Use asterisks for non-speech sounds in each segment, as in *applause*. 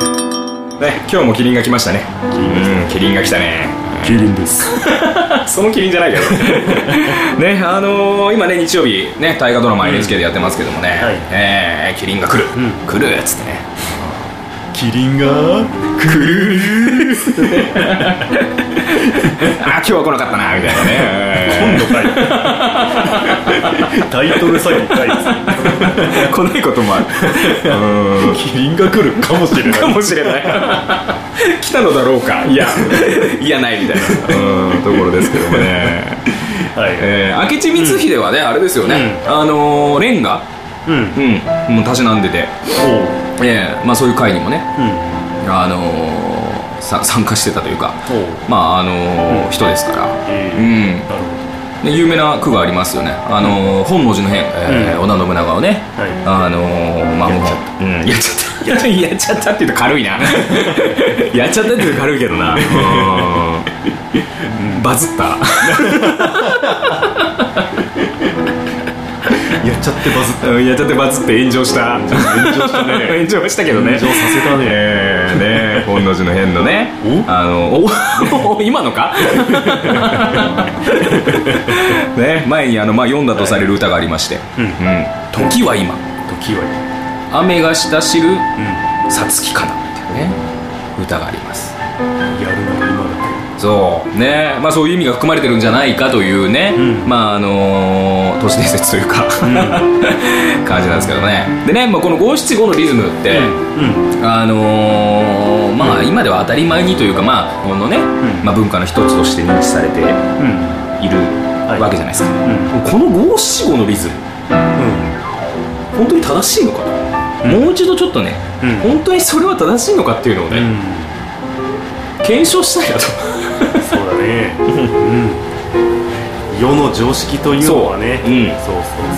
ね、今日もキリンが来ましたねうんキリンが来たね *laughs* キリンですそのキリンじゃないけど *laughs* ねあのー今ね日曜日ね大河ドラマ NHK でやってますけどもね、はいえーキリンが来る、来るっつって *laughs* ねキリンが来るあ今日は来なかったなみたいなね今度かいタイトル詐欺かい来ない *laughs* こともある *laughs* うんキリンが来るかもしれないかもしれ *laughs* ない来たのだろうかい *laughs* やいやないみたいなうんところですけどもね、はいえー、明智光秀はね、あれですよね、あのー、レンガうんうんもうたしなんでて、おうえーまあ、そういう会にもね、うんあのー、さ参加してたというかおうまああのー人ですからえうーんなるで有名な句がありますよね、あのー本能寺の変、えーうん織田信長をね、はいあのーまあやっちゃっうんやっちゃったやっ *laughs* ちゃったって言うと軽い *laughs* なやっちゃったって言うと軽いけどなうんバズったほどやっちゃってバズっうんやっちゃってバズって炎上したた炎上したね炎上したけどね炎上させたねえーね本能寺の変のねおあのおお今のかね前にあの、まあ、読んだとされる歌がありまして「うんうん、時は今時は雨がしたしるうさつきかな」っていうね歌がありますんやるなら今だそうねまあそういう意味が含まれてるんじゃないかというね、うんまああのー都市伝説というか、 *laughs* 感じなんですけどねでね、まあ、この五七五のリズムって、うんあのーまあ今では当たり前にというかまあこのね、んまあ、文化の一つとして認知されているうんはいわけじゃないですか、うこの五七五のリズム本当に正しいのかと、もう一度ちょっとね、うん本当にそれは正しいのかっていうのをね、うん検証したいなとそうだねうん世の常識というのはねそううんそうそうそ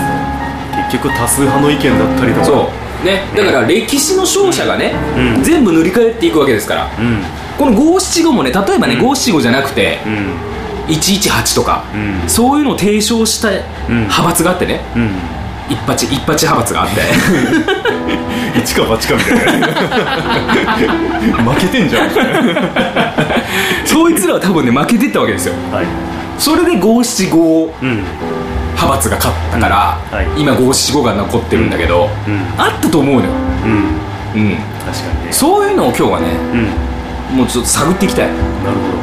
う結局多数派の意見だったりとかそうねだから歴史の勝者がね、うん全部塗り替えていくわけですからうんこの五七五もね例えばねうん五七五じゃなくてうん118とか、うんそういうのを提唱したうん派閥があってねうん一八一八派閥があって一か八かみたいな負けてんじゃんみたいな *laughs* そいつらは多分ね負けてったわけですよはいそれで五七五うん派閥が勝ったから、うんはい今五七五が残ってるんだけど、うんあったと思うのよ、うんうん、確かにねそういうのを今日はねうんもうちょっと探っていきたいなる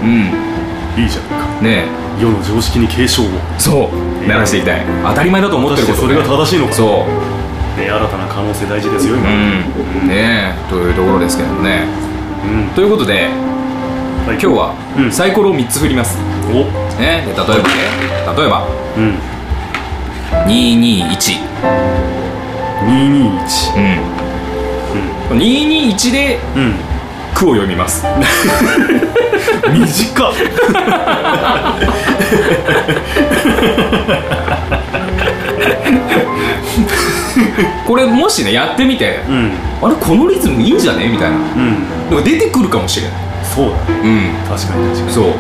うんほどいいじゃんかね世の常識に警鐘をえそう鳴らしていきたい当たり前だと思っ果てたるしこてとそれが正しいのかそうね新たな可能性大事ですよ今うんねえというところですけどもねうんということで今今日は、うんサイコロを3つ振りますおねで例えばね例えばうん221 221うん221でうんうん句を読みます短っこれもしねやってみて、うんあれこのリズムいいんじゃねみたいなうんでも出てくるかもしれないそうだねうん確かに確かにそううん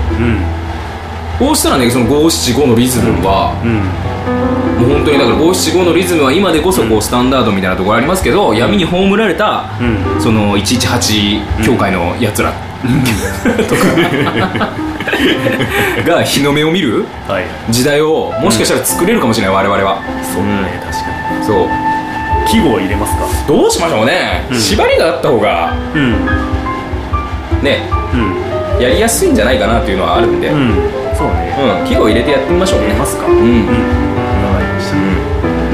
こうしたらねその575のリズムは、うんもう本当にだから575のリズムは今でこそこうスタンダードみたいなところありますけど、闇に葬られた、うんその118教会のやつら、 *laughs* とかが日の目を見るはい時代をもしかしたら作れるかもしれない我々はそうだね確かそうに季語は入れますかどうしましょうね、うん縛りがあった方がうんねうんやりやすいんじゃないかなっていうのはあるんで、ううんんそうね季語入れてやってみましょう入ねれますかうん、うんわかりましたう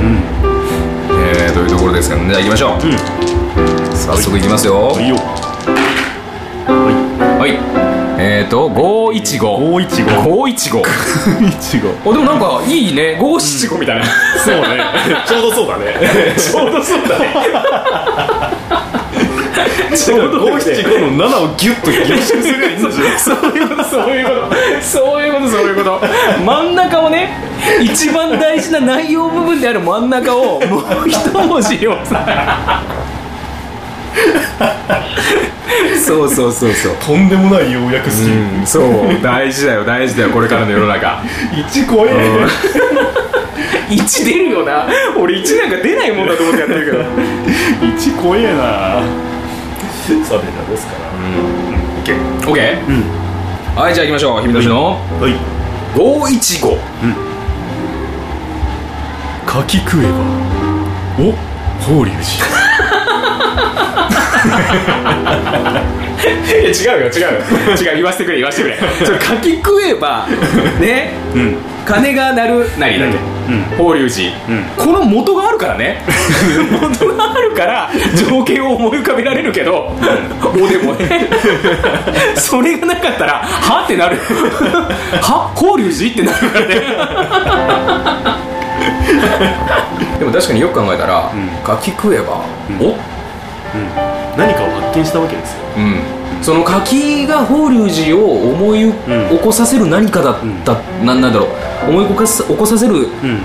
んえー、というところですけどねじゃあ行きましょう、うん早速いきますよはいよははいえーと515 515 515 515おでもなんかいいね575みたいな、そうね *laughs* ちょうどそうだ *laughs* ねちょうどそうだねちょうど575の7をギュッと凝縮すればいいんだ *laughs* じゃんそういうことそういうことそういうことそういうこと真ん中をね一番大事な内容部分である真ん中をもう一文字をさ *laughs* そうそうそうそうとんでもない要約スキルうんそう大事だよ大事だよこれからの世の中1超えね1出るよな俺1なんか出ないもんだと思ってやってるけど1超えなサビラですから、うん、いけは OK、はいじゃあ行きましょう姫年のい515柿食えばお法隆いや違うよ違うよ違う言わせてくれ言わせてくれそれ柿食えばね、寺うん金が鳴るなりだっけ、うん法隆寺、うんこの元があるから *laughs* ね元があるから情景を思い浮かべられるけど、おでもねそれがなかったらはってなるは法隆寺ってなる *laughs* からねでも確かによく考えたら、ん柿食えば、お何かを発見したわけですようん、その柿が法隆寺を思い起こさせる何かだった、なん、なんだろう思い起こさ起こさせるうん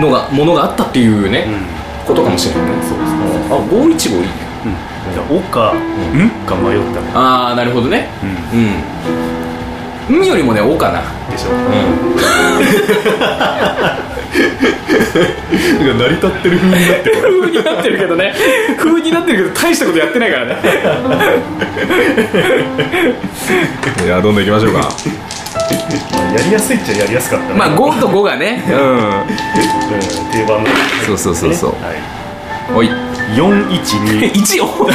のがものがあったっていうね、ことかもしれないねそうですねあ五一五いいねじゃあ「お」か「ん」か迷ったねああなるほどねうん「ん」よりもね「お」かなでしょなんか成り立ってる風になってる風になってるけどね風になってるけど大したことやってないからねいやどんどんいきましょうかやりやすいっちゃやりやすかったねまあ5と5がねうん定番のそうそうそうそうはいうんおい *laughs* 412 1を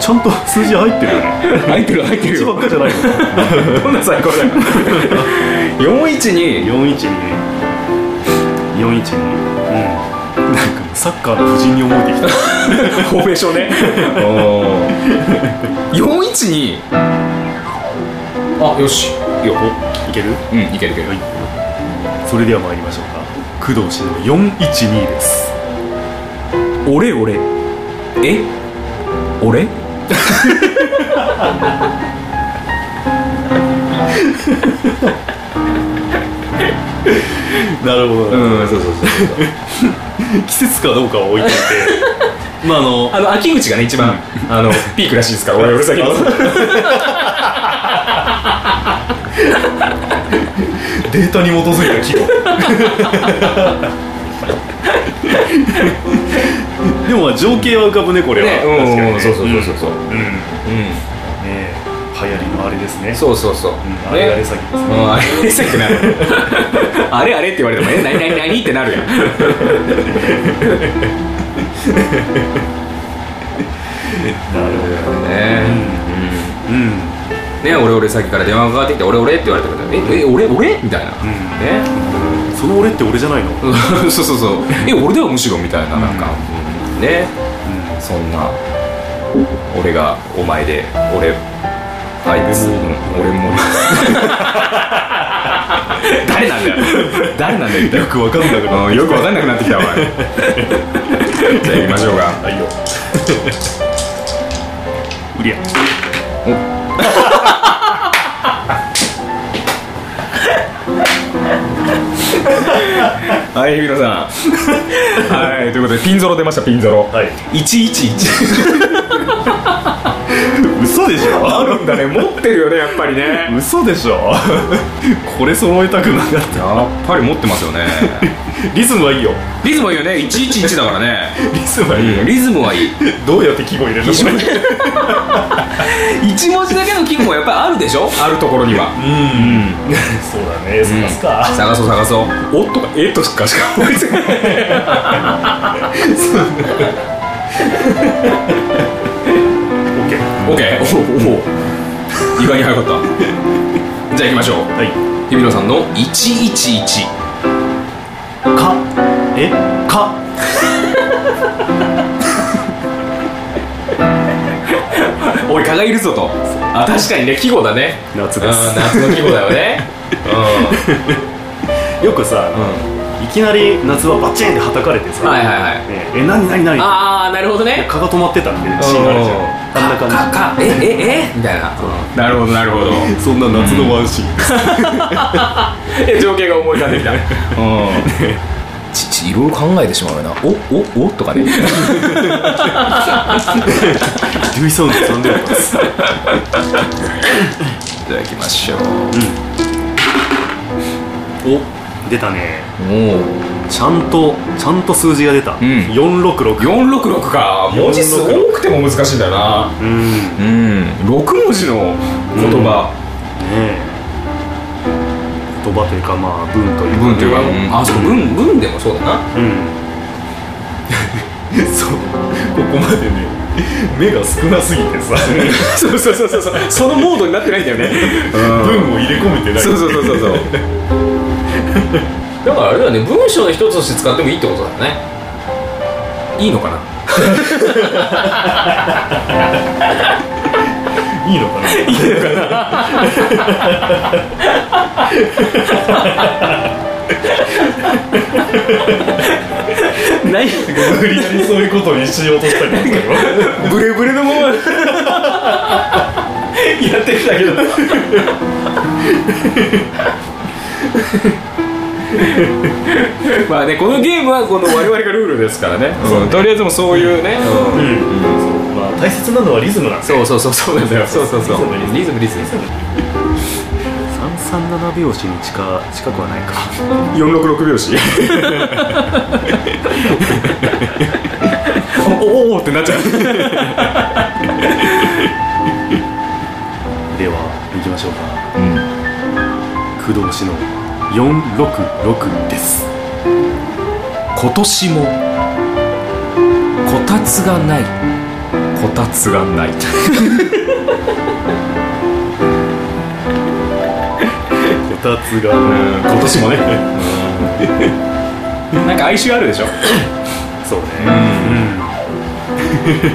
ちゃんと数字入ってるよね *laughs* 入ってる入ってる1ばよっかじゃないよね *laughs* どんな最高だよ412 412412うんなんかサッカーの布陣に思えてきたフォーメーションね412あよしいいよいけるうんいけるいけるそれでは参りましょうか工藤氏の412です俺俺え俺なるほど、うんそうそうそう季節かどうかは置いといてまああの *laughs* あの秋口がね一番あのピークらしいですから俺俺先 *laughs* のデータに基づいた記号 *laughs* でもまあ情景は浮かぶねこれは、ねうん確かにねうんそうそうそうそうそううん、ねうえ流行りのあれですねんそうそうそううんあれあれ詐欺ですうねんあれあれさっきなる *laughs* あれあれって言われてもえ何何何ってなるやんなるほどねうん、うんね俺俺さっきから電話がかかってきて俺俺って言われてるええ俺俺みたいな、んね *laughs* その俺って俺じゃないの、うん、そうそうそうえ俺だよむしろみたいななんか、ねそんな俺がお前で俺あいつ、うん俺も *laughs* 誰なんだよ誰なんだよみたいよくわかんなくななうっんてよくわかんなくなってきた *laughs* わじゃあ行きましょうかはいようりゃはい日比野さんはいということでピンゾロ出ましたピンゾロ、はい111嘘でしょあるんだね持ってるよねやっぱりね嘘でしょこれ揃えたくなかっやっぱり持ってますよねたリズムはいいよリズムはいいよね111だからね、リズムはいいよ、リズムはいいどうやって記号入れるの一文字 *laughs* 一文字だけの記号はやっぱりあるでしょあるところにはうん、そうだね、探すか、探そう探そう「お」とか「え」とかしか思いつかないオッケー OK おお意外に早かったじゃあ行きましょうはい日比野さんの111かえかおい蚊がいるぞとあ確かにね季語だね夏うんです夏の季語だよ *laughs* ねよくさ、うん、うんいきなり夏はバチンってはたかれてさ、はいはいはいねえ、何何何ああなるほどね蚊が止まってたみたいなシーンあるじゃんあんな感じかかえええみたいななるほどなるほどそんな *laughs* 夏のワンシーンです、え情景が思い浮かんできたうんちちいろいろ考えてしまうよなおおおとかねルイサウンド3連発いただきましょう *laughs* お出たねおおちゃんとちゃんと数字が出た、ん466 466か文字数多くても難しいんだよなうんねうん6文字の言葉、え言葉というかまあ文とい文といううか、ね、か、うんあそう文文でもそうだなうん *laughs* そうここまでね目が少なすぎて *laughs* さそうそうそうそうそうそのモードになってないんだよね、文を入れ込めてないそうそうそうそうそう *laughs* だからあれだよね文章の一つとして使ってもいいってことだよねいいのかないいのかないない無理やりそういうことにしようとしたり *laughs* とかよブレブレのままやってきたけど *laughs* まあねこのゲームはこの我々がルールですからね、うんとりあえずもうそういうね、うんまあ大切なのはリズムなんですよそうそうそうそうなんだよそうそうそうリズムリズム337拍子に近近くはないか *laughs* 466拍 *laughs* 子おおーってなっちゃうでは行きましょうか、駆動詞の466です今年もこたつがないこたつがないこたつが今年もね *laughs* なんか哀愁あるでしょそうね *laughs* うん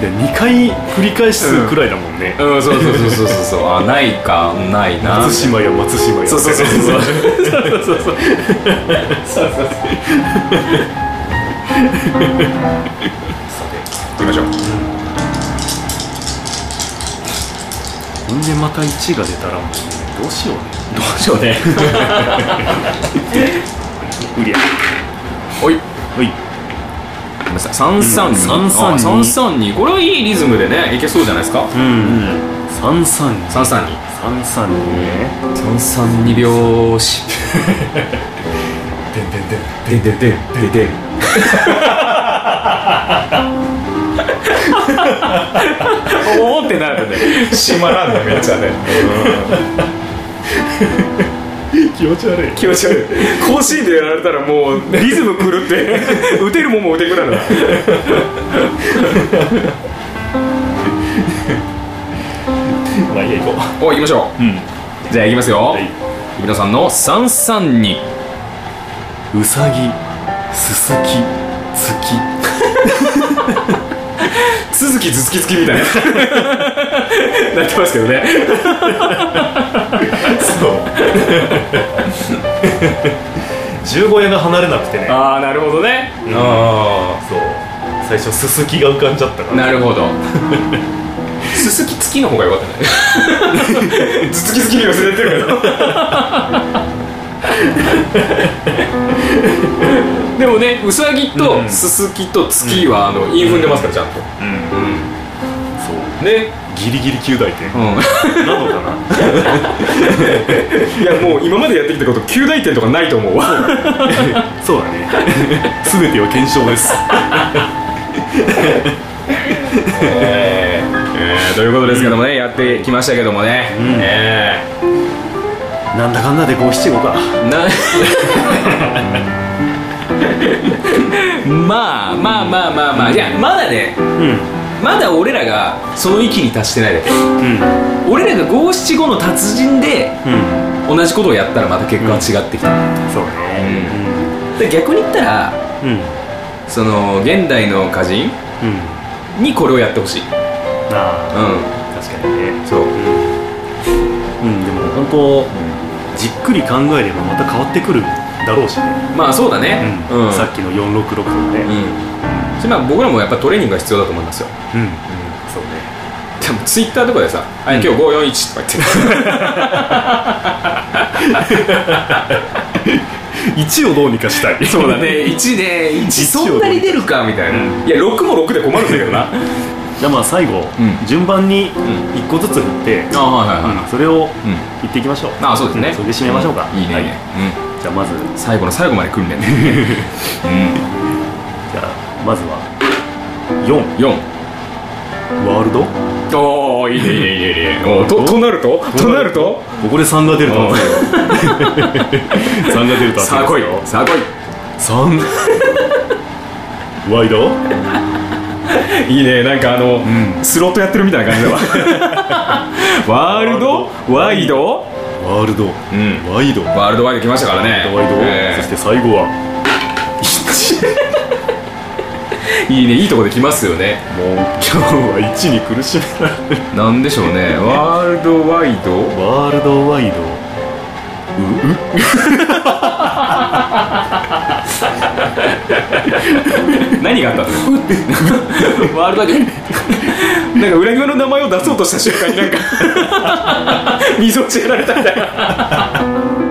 で2回繰り返すくらいだもんねうんそうそうそうそうそうそうあないかないな松島や松島やそうそうそうそうそうそうそうそうそうそう行きましょうほんでまた1が出たらもうねどうしようねどうしよう *laughs* ねうりゃおいおごいめんなさい332あ332 332これはいいリズムでねいけそうじゃないですかうん332 332 332ね332拍子でんでんでんでででででおおってなるね閉まらんねめっちゃね気持ち悪い気持ち悪い甲子園でやられたらもうリズム狂って *laughs* 打てるもんも打てなくなるなまあいいや行こお行きましょううんうじゃあ行きますよはい皆さんの332うさぎすすき月続きずつきつきみたい *laughs* ななってますけどね *laughs* そう十五夜が離れなくてねああなるほどねあそう最初すすきが浮かんじゃったかあなるほ *laughs* どすすきつきの方が良か *laughs* ったねずつきつきに忘れてるけどでもねうさぎうとんすすきと月はあの韻踏んでますからちゃんとらうんそうねギリギリ9大点うん *laughs* なのかないやもう今までやってきたこと9大点とかないと思うわ *laughs* そうだね全ては検証ですえーえーということですけどもねやってきましたけどもね、ええなんだかんだで五七五かな *laughs* まあまあまあまあまあいやまだねうんまだ俺らがその域に達してないだけうん俺らが五七五の達人でうん同じことをやったらまた結果は違ってきた、そうねで逆に言ったらうんうんその現代の歌人うんにこれをやってほしいうんああ確かにねそううん、うん、でも本当じっくり考えればまた変わってくるだろうしね、まあそうだねうん、さっきの466とかねうんそれまあ僕らもやっぱトレーニングが必要だと思いますようん、そうねでもツイッターとかでさ「あ今日541」とか言って1をどうにかしたいそうだね1で1そんなに出るかみたいな、ういや6も6で困るんだけど *laughs* なじゃあまあ最後、うん順番んに1個ずつ振って、あはいはいはいそれをん言っていきましょう、あそうですねそれで締めましょうかいいねいいはね、じじゃあまずじ最後の最後まで *laughs* 訓練だよね、ゃあまずは4うん、4ワールドおおいいねいいねいいねいいねおーととなるととなるとここで3が出ると思う3 *laughs* が出るとさあ来いさあ来3ワイドいいいねなんかあの、スロットやってるみたいな感じだ *laughs* わワールドワイドワールド、んワイドワワールドワイド来ましたからねイドワイド、えそして最後はえ *laughs* いいねいいとこで来ますよねもう今日は1に苦しめられるなんでしょうねワールドワイドワールドワイド何があったのうって *laughs* ワールドワイドなんか裏庭の *laughs* 名前を出そうとした瞬間になんか溝落ちやられたみたいな